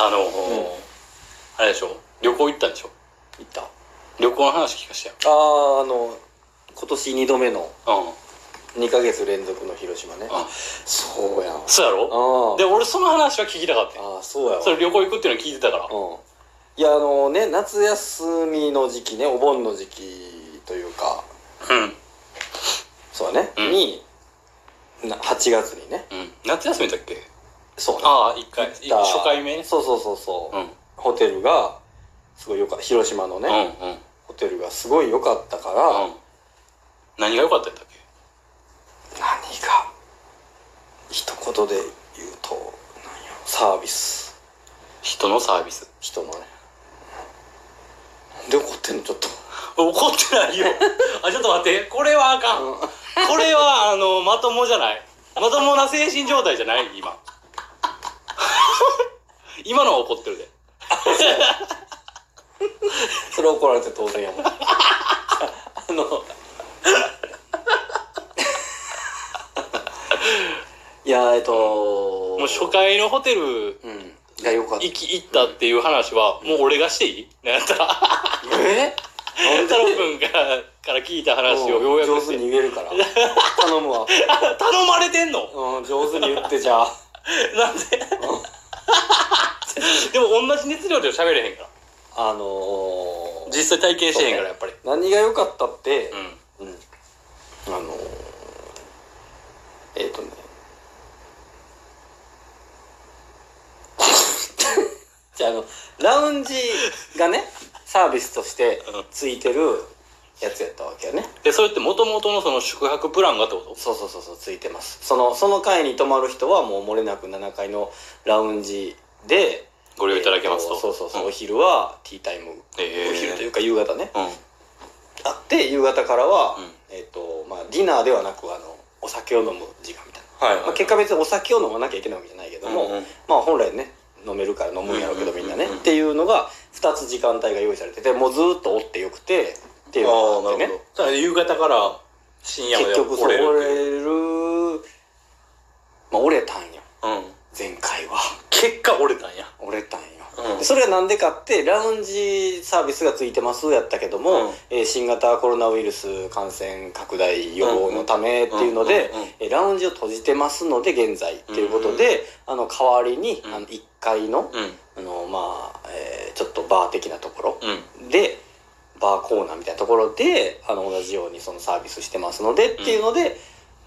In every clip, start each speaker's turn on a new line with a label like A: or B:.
A: あの
B: ん
A: あれでしょ旅行行ったんでしょ
B: 行ったあ
A: 旅行の話聞かしてよ
B: ああの今年2度目の
A: うん
B: 2ヶ月連続の広島ね
A: あ
B: そうやんあ
A: そうやろ
B: あ
A: で俺その話は聞きたかったよ
B: ああそうやわ
A: それ旅行行くっていうのは聞いてたから
B: うんいやあのね夏休みの時期ねお盆の時期というか
A: うん
B: そうだね、
A: うん
B: にな8月にね
A: うん夏休みだっけ
B: そうね
A: ああ一回
B: 行った
A: 初回目ね
B: そうそうそうそう、
A: うん
B: ホテルがすごいよかった広島の
A: う
B: ね、
A: んうんうん
B: ホテルがすごい良かったから、
A: 何が良かったんだっけ
B: 何が一言で言うと何やろサービス
A: 人のサービス
B: 人のねなんで怒ってんのちょっと
A: 怒ってないよ あちょっと待ってこれはあかんこれはあのまともじゃないまともな精神状態じゃない今 今のは怒ってるで
B: それ怒られて当然やもん あ のいやえっと
A: もう初回のホテル
B: うんが良かった
A: 行き行ったっていう話はもう俺がしていいなんやったら
B: え
A: 太郎くんからから聞いた話をようやく
B: 上
A: して
B: 手に言える から頼むわ、
A: 頼まれてんの
B: うん、上手に言ってじゃあ
A: なんででも同じ熱量では喋れへんから
B: あのー
A: 実際体験してへんからやっぱり
B: 何が良かったって
A: う、ん
B: うんあのーえっ、とね じゃああのラウンジがねサービスとしてついてるやつやったわけよね
A: でそれってもともとのその宿泊プランがってこと
B: そうそうそうそうついてますそのその階に泊まる人はもう漏れなく7階のラウンジで
A: ご利用いただけますと、
B: えーそうそうそう、
A: ん
B: お昼はティータイム、
A: えー
B: お昼というか夕方ね
A: うん
B: あって夕方からは、
A: うん
B: えっ、とまあディナーではなくあのお酒を飲む時間みたいな、
A: はいはい
B: まあ、結果別にお酒を飲まなきゃいけないわけじゃないけども、
A: うんうん
B: まあ本来ね飲めるから飲むんやろうけどみんなね、
A: うんうんうんうん
B: っていうのが2つ時間帯が用意されててもうずーっとおってよくてっていうのがあってね
A: だから夕方から深夜まで
B: 結局そう
A: 折
B: 折
A: れるっていう
B: れるまあ折れたんよ
A: うん
B: 前回は
A: 結果折れたんや
B: 折れたんよ、
A: うん
B: でそれがなんでかってラウンジサービスがついてますやったけども、
A: うん
B: えー新型コロナウイルス感染拡大予防のためっていうので、
A: うんうんうん
B: えーラウンジを閉じてますので現在っていうことで、あの代わりに、
A: うん
B: あの1階
A: う
B: の,、
A: ん
B: あのまあ、えーちょっとバー的なところ、
A: うん
B: でバーコーナーみたいなところであの同じようにそのサービスしてますのでっていうので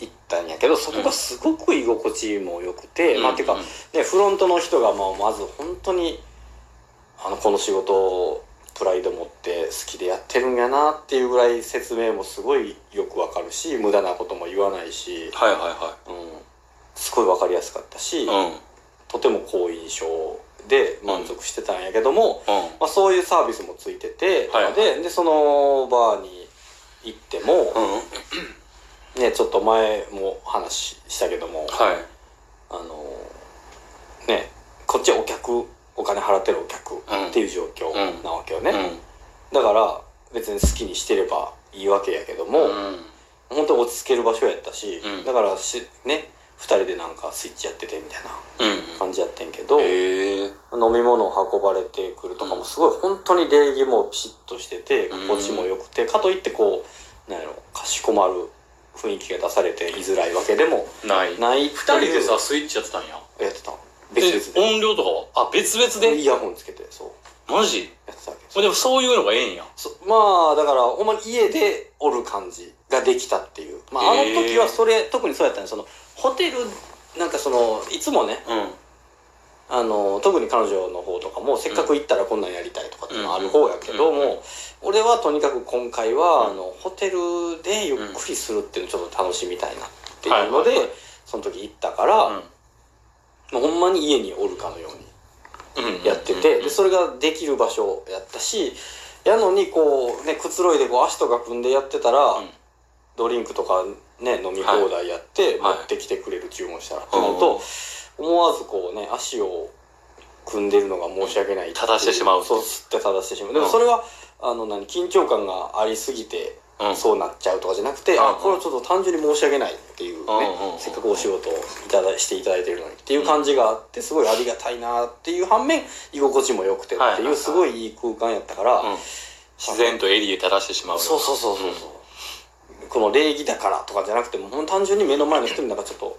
B: 行ったんやけどそこがすごく居心地も良くて、
A: うん
B: まあてか、
A: うん
B: ね、フロントの人がまあまず本当にあのこの仕事をプライド持って好きでやってるんやなっていうぐらい説明もすごいよくわかるし無駄なことも言わないし、
A: はいは
B: うん、すごいわかりやすかったし、
A: いはい
B: とても好印象で満足してたんやけども。
A: うんうん
B: まあ、そういうサービスもついてて、
A: はい
B: ででそのバーに行っても、
A: うん
B: ねちょっと前も話したけども、
A: はい
B: あのねこっちはお客お金払ってるお客
A: ん
B: っていう状況
A: うん
B: なわけよね、
A: うん
B: だから別に好きにしてればいいわけやけども、
A: うん
B: 本当に落ち着ける場所やったし、
A: うん
B: だからしね2人でなんかスイッチやっててみたいな
A: う
B: 感じやってんけど、
A: んへえ
B: 飲み物を運ばれてくるとかもすごい本当に礼儀もピシッとしてて
A: うん
B: 心地も良くてかといってこうなんやろかしこまる雰囲気が出されて居づらいわけでも
A: ない二
B: ない
A: 人でさスイッチやってたんや
B: やってたの別々
A: え音量とかはあ別々
B: で
A: で
B: イヤホンつけてそう
A: マジ
B: やってたわけ
A: でもそういうのがええんや
B: そまあだからほんまに家でおる感じができたっていう、まあ、あの
A: へー
B: 時はそれ特にそうやったねそのホテルなんかそのいつもね
A: うん
B: あの特に彼女の方とかもせっかく行ったらこんなんやりたいとかっていうのはある方やけども、
A: うんうん
B: 俺はとにかく今回は、
A: うん
B: あのホテルでゆっくりするっていうのをちょっと楽しみたいなっていうので、
A: はいはいはい
B: その時行ったから、
A: うん
B: もうほんまに家におるかのよう
A: うん
B: にやって
A: うん
B: て、
A: うん
B: でそれができる場所やったしやのにこうねくつろいでこう足とか組んでやってたら、
A: ん
B: ドリンクとかね飲み放題やって、
A: はい
B: 持ってきてくれる注文したらってなると、思わずこうね足を組んでるのが申し訳ない
A: 正してしまう
B: そうすって正してしまうでも
A: うん
B: それは、あの何緊張感がありすぎて
A: うん
B: そうなっちゃうとかじゃなくて、
A: うん
B: あこれはちょっと単純に申し訳ないっていうね、
A: うんうん
B: せっかくお仕事をいただしていただいてるのにっていう感じがあってすごいありがたいなっていう反面居心地も良くて
A: はい
B: っ
A: は
B: て
A: い
B: い
A: はいう
B: すごいいい空間やったから、
A: うん自然と襟で垂らしてしまう
B: そうそうそうそう
A: そ
B: そう、この礼儀だからとかじゃなくてもほんと単純に目の前の人になんかちょっと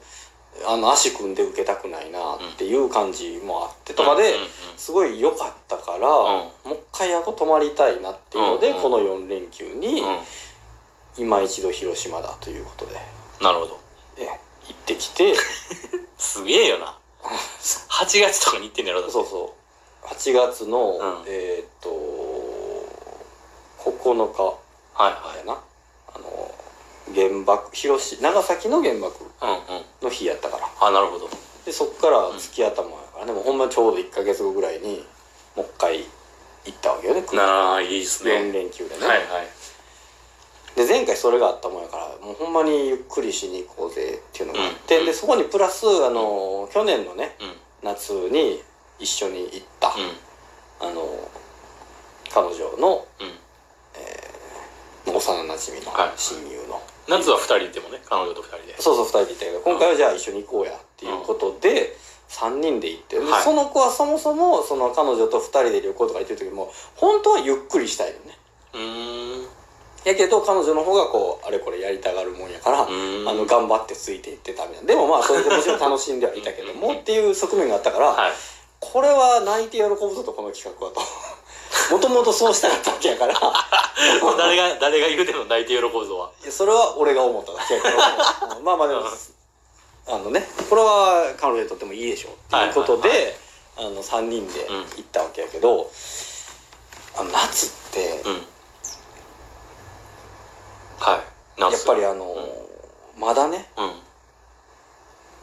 B: あの足組んで受けたくないなっていう感じもあってとかで、すごい良かったから、もう一回あこ泊まりたいなっていうので、
A: うんうん
B: この4連休に、
A: うん
B: 今一度広島だということで、
A: なるほど
B: え行ってき て
A: すげえよな8月とかに行ってんねやろだって
B: そうそう8月の、
A: うん
B: えーっと9日
A: はい
B: やなあの原爆広島長崎の原爆
A: はいうんうん
B: の日やったから
A: あなるほど
B: でそっから月頭やからね、もうほんまちょうど1か月後ぐらいにもう一回行ったわけよね
A: なあいいですね
B: 4連休でね、
A: はいはい
B: で前回それがあったもんやからもうほんまにゆっくりしに行こうぜっていうのがあって、
A: うん
B: でそこにプラスあの去年のね
A: うんうん
B: 夏に一緒に行った、あの彼女の
A: うん
B: 幼馴染の
A: はい
B: 親友の、
A: 夏は2人でもね彼女と2人で
B: そうそう2人で行ったけど今回はじゃあ一緒に行こうやっていうことで、3人で行って、で
A: はい
B: その子はそもそもその彼女と2人で旅行とか行ってる時も本当はゆっくりしたいのね
A: うーん
B: やけど彼女の方がこうあれこれやりたがるもんやから、あ
A: あ
B: の頑張ってついていってたみたいなでもまあそれでもちろん楽しんではいたけどもっていう側面があったから、
A: はい
B: これは泣いて喜ぶぞと この企画はともともとそうしたかったわけやからい
A: もう誰が誰が言うても泣いて喜ぶぞは
B: やそれは俺が思っただけや けどうんまあまあでもあのねこれは彼女にとってもいいでしょうっていうことで、
A: はい
B: あの3人で
A: うん
B: 行ったわけやけど、あの夏って
A: うんはい夏
B: やっぱりあの、まだね
A: うん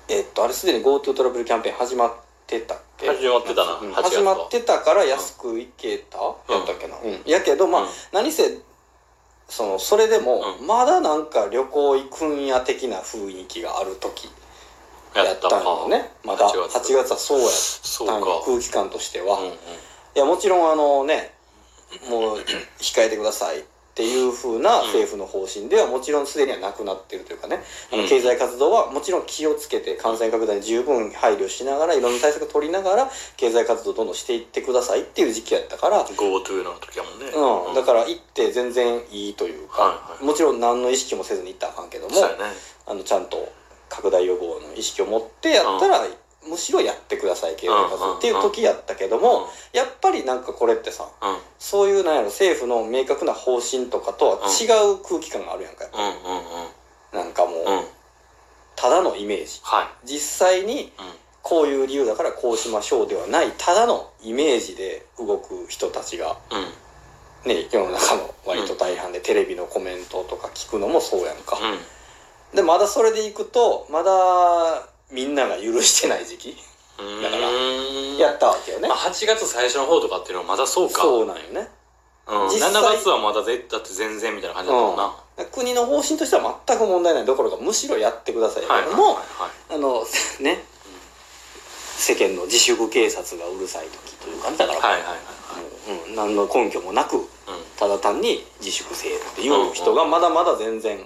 B: えっとあれすでに GoTo トラベルキャンペーン始まってたっけ
A: 始まってたな
B: うん
A: 8月は
B: 始まってたから安く行けた、やったっけな、うんやけどまあ、
A: うん
B: 何せそのそれでも、
A: う
B: まだなんか旅行行くんや的な雰囲気がある時や
A: や
B: っ
A: ったたか
B: んよねまだ8
A: 8
B: 月
A: 月
B: はそうやっ
A: そう
B: たん
A: か
B: よ空気感としては、
A: うんう
B: い
A: ん
B: やもちろんあのねもう控えてくださいっていう風な政府の方針ではもちろんすでにはなくなってるというかね、あ
A: う
B: の
A: ん
B: 経済活動はもちろん気をつけて感染拡大に十分配慮しながらいろんな対策を取りながら経済活動をどんどんしていってくださいっていう時期やったから、
A: GoTo の時やもんね
B: うん、だから行って全然いいというか、
A: はいはい
B: もちろん何の意識もせずに行ったらあかんけども、
A: そうやね
B: あのちゃんと拡大予防の意識を持ってやったら、むしろやってください経済活動っていう時やったけども、やっぱりなんかこれってさ
A: うんうん
B: そういうなんやろ政府の明確な方針とかとは違う空気感があるやんか、
A: うんうんうん
B: なんかもう、
A: うん
B: ただのイメージ
A: はい
B: 実際に
A: うん
B: こういう理由だからこうしましょうではないただのイメージで動く人たちが
A: うん
B: ね世の中の割と大半で、テレビのコメントとか聞くのもそうやんか、
A: うん
B: でまだそれでいくとまだみんなが許してない時期だから
A: うーん
B: やったわけよね
A: まあ、8月最初の方とかっていうのはまだそうか
B: そうなんよね
A: うん、
B: 実際
A: 7月はまだぜだって全然みたいな感じだったもんな、は
B: 国の方針としては全く問題ないどころかむしろやってください
A: い
B: よ、
A: はいはい
B: もう
A: はい
B: あの ね世間の自粛警察がうるさい時というかねだから、
A: はいはいはい
B: もううん、何の根拠もなく
A: はい
B: ただ単に自粛せえっていう人がまだまだ全然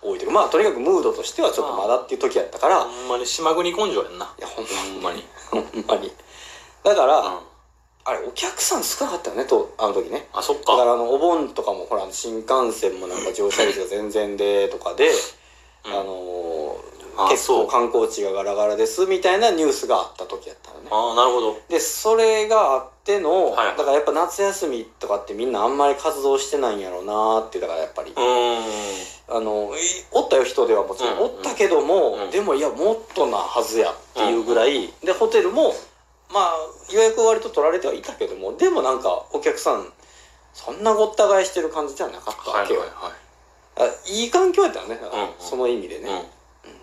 B: 多いというかまあとにかくムードとしてはちょっとまだっていう時やったから、
A: うん、ほんまに島国根性やんない
B: やほん
A: ほんまに、
B: ほんまにだから、
A: うん、
B: あれお客さん少なかったよねとあの時ね
A: あそっ
B: だか
A: から
B: あのお盆とかもほら新幹線もなんか乗車率が全然でとかで、
A: うん
B: あの
A: あ
B: ー、結
A: そ
B: 構
A: う
B: 観光地がガラガラですみたいなニュースがあった時やったのね
A: ああなるほど
B: でそれがあっての、
A: はい
B: だからやっぱ夏休みとかってみんなあんまり活動してないんやろうなーってだからやっぱり、
A: うー
B: あのいおったよ人ではもちろん、
A: うん
B: おったけども、
A: うん
B: でもいやもっとなはずやっていうぐらい、でホテルもまあ予約割と取られてはいたけどもでもなんかお客さんそんなごった返してる感じではなかった
A: んは
B: わけ
A: い
B: よ、
A: はいいはい
B: い、環境やったよね、
A: うん
B: その意味で
A: い、
B: ね、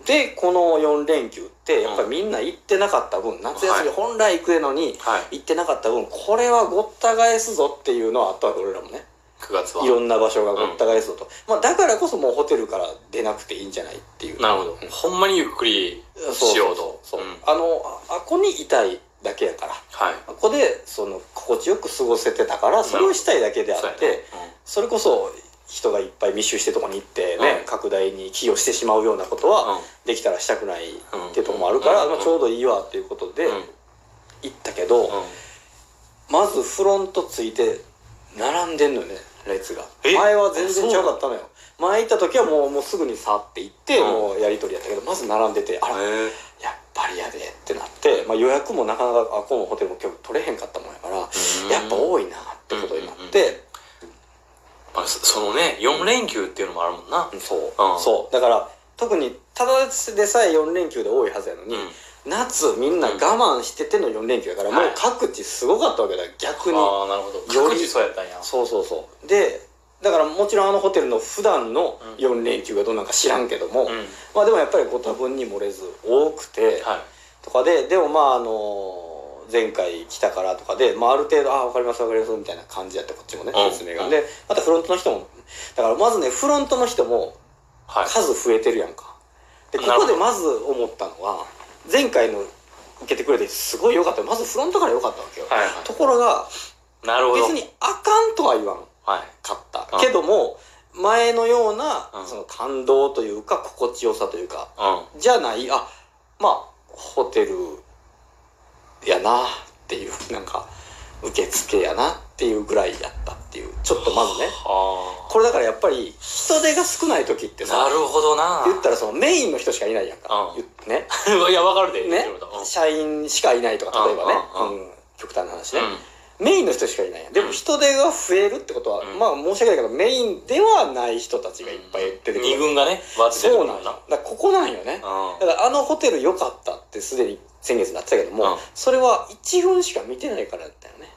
B: でこの4連休ってやっぱりみんな行ってなかった分夏休み
A: はい
B: 本来行くのに
A: はい
B: 行ってなかった分これはごった返すぞっていうのはあったわけ俺らもね
A: 9月はい
B: ろんな場所がごった返すぞと、まあ、だからこそもうホテルから出なくていいんじゃないっていう
A: なるほど、
B: うん
A: ほんまにゆっくり
B: そうそう
A: しようと
B: そう、
A: ん
B: あのああこにいたいだけやから
A: はい
B: あこでその心地よく過ごせてたからそれをしたいだけであ
A: そう
B: っ
A: や
B: て
A: ね
B: それこそ人がいっぱい密集してるとこに行ってね、
A: うん
B: 拡大に寄与してしまうようなことはできたらしたくないっていうところもあるから、
A: うん
B: まあ、ちょうどいいわっていうことで
A: うん
B: 行ったけど、
A: うん
B: まずフロントついて並んでんのよね列が
A: え
B: 前は全
A: あそう
B: 然違かったのよ前行った時はもうもうすぐに去って行って、
A: うん
B: もうやり取りやったけどまず並んでてあら、
A: へえ
B: やっぱりやでってなって、まあ、予約もなかなかあこのホテルも今日取れへんかったもんやから、やっぱ多いなってことになって、
A: まあそそのね4連休っていうのもあるもんな、
B: そう、
A: うん
B: そうだから特にただでさえ4連休で多いはずやのに、
A: うん
B: 夏みんな我慢してての4連休やから、
A: うん
B: もう各地すごかったわけだ逆に、
A: ああなるほど
B: よ
A: 各
B: り
A: 地そうやったんや
B: そうそうそうでだからもちろんあのホテルの普段の
A: うん
B: 4連休がどうなんか知らんけども、
A: うん
B: まあでもやっぱりご多分に漏れず多くて
A: はい
B: とかででもまああの前回来たからとかで、まあ、ある程度「ああ分かります分かります」みたいな感じやったこっちもね
A: うん
B: 説明が、でまたフロントの人もだからまずねフロントの人も
A: はい
B: 数増えてるやんかでこ
A: なるほ
B: こ
A: ど
B: でまず思ったのは前回の受けてくれてすごい良かったまずフロントから良かったわけよ、
A: はいは
B: ところが
A: いなるほど
B: 別にあかんとは言わん
A: はい
B: かった
A: うん
B: けども前のような
A: うん
B: その感動というか心地よさというか
A: うん
B: じゃないあまあホテルやなっていう なんか受付やなっていうぐらいやったっていうちょっとまずね
A: あ
B: これだからやっぱり人手が少ない時って
A: あな
B: さ
A: るほどな
B: 言ったらそのメインの人しかいないやんか
A: うん
B: 言っ てね
A: いやわかるで
B: ね
A: 言ってること
B: 社員しかいないとか例えばね
A: うんうん
B: うん極端な話
A: う
B: ね
A: んうん
B: メインの人しかいないやんで
A: う
B: も
A: ん
B: 人手が増えるってことは、
A: うん
B: まあ申し訳ないけどメインではない人たちがいっぱい出てくる、
A: 二軍がねわーって出て
B: そ
A: く
B: う
A: る
B: な
A: もん
B: んやだ
A: な
B: からここなんよねだからあのホテル良かったってすでに先月なってたけども、
A: うん
B: それは1軍しか見てないからだったよね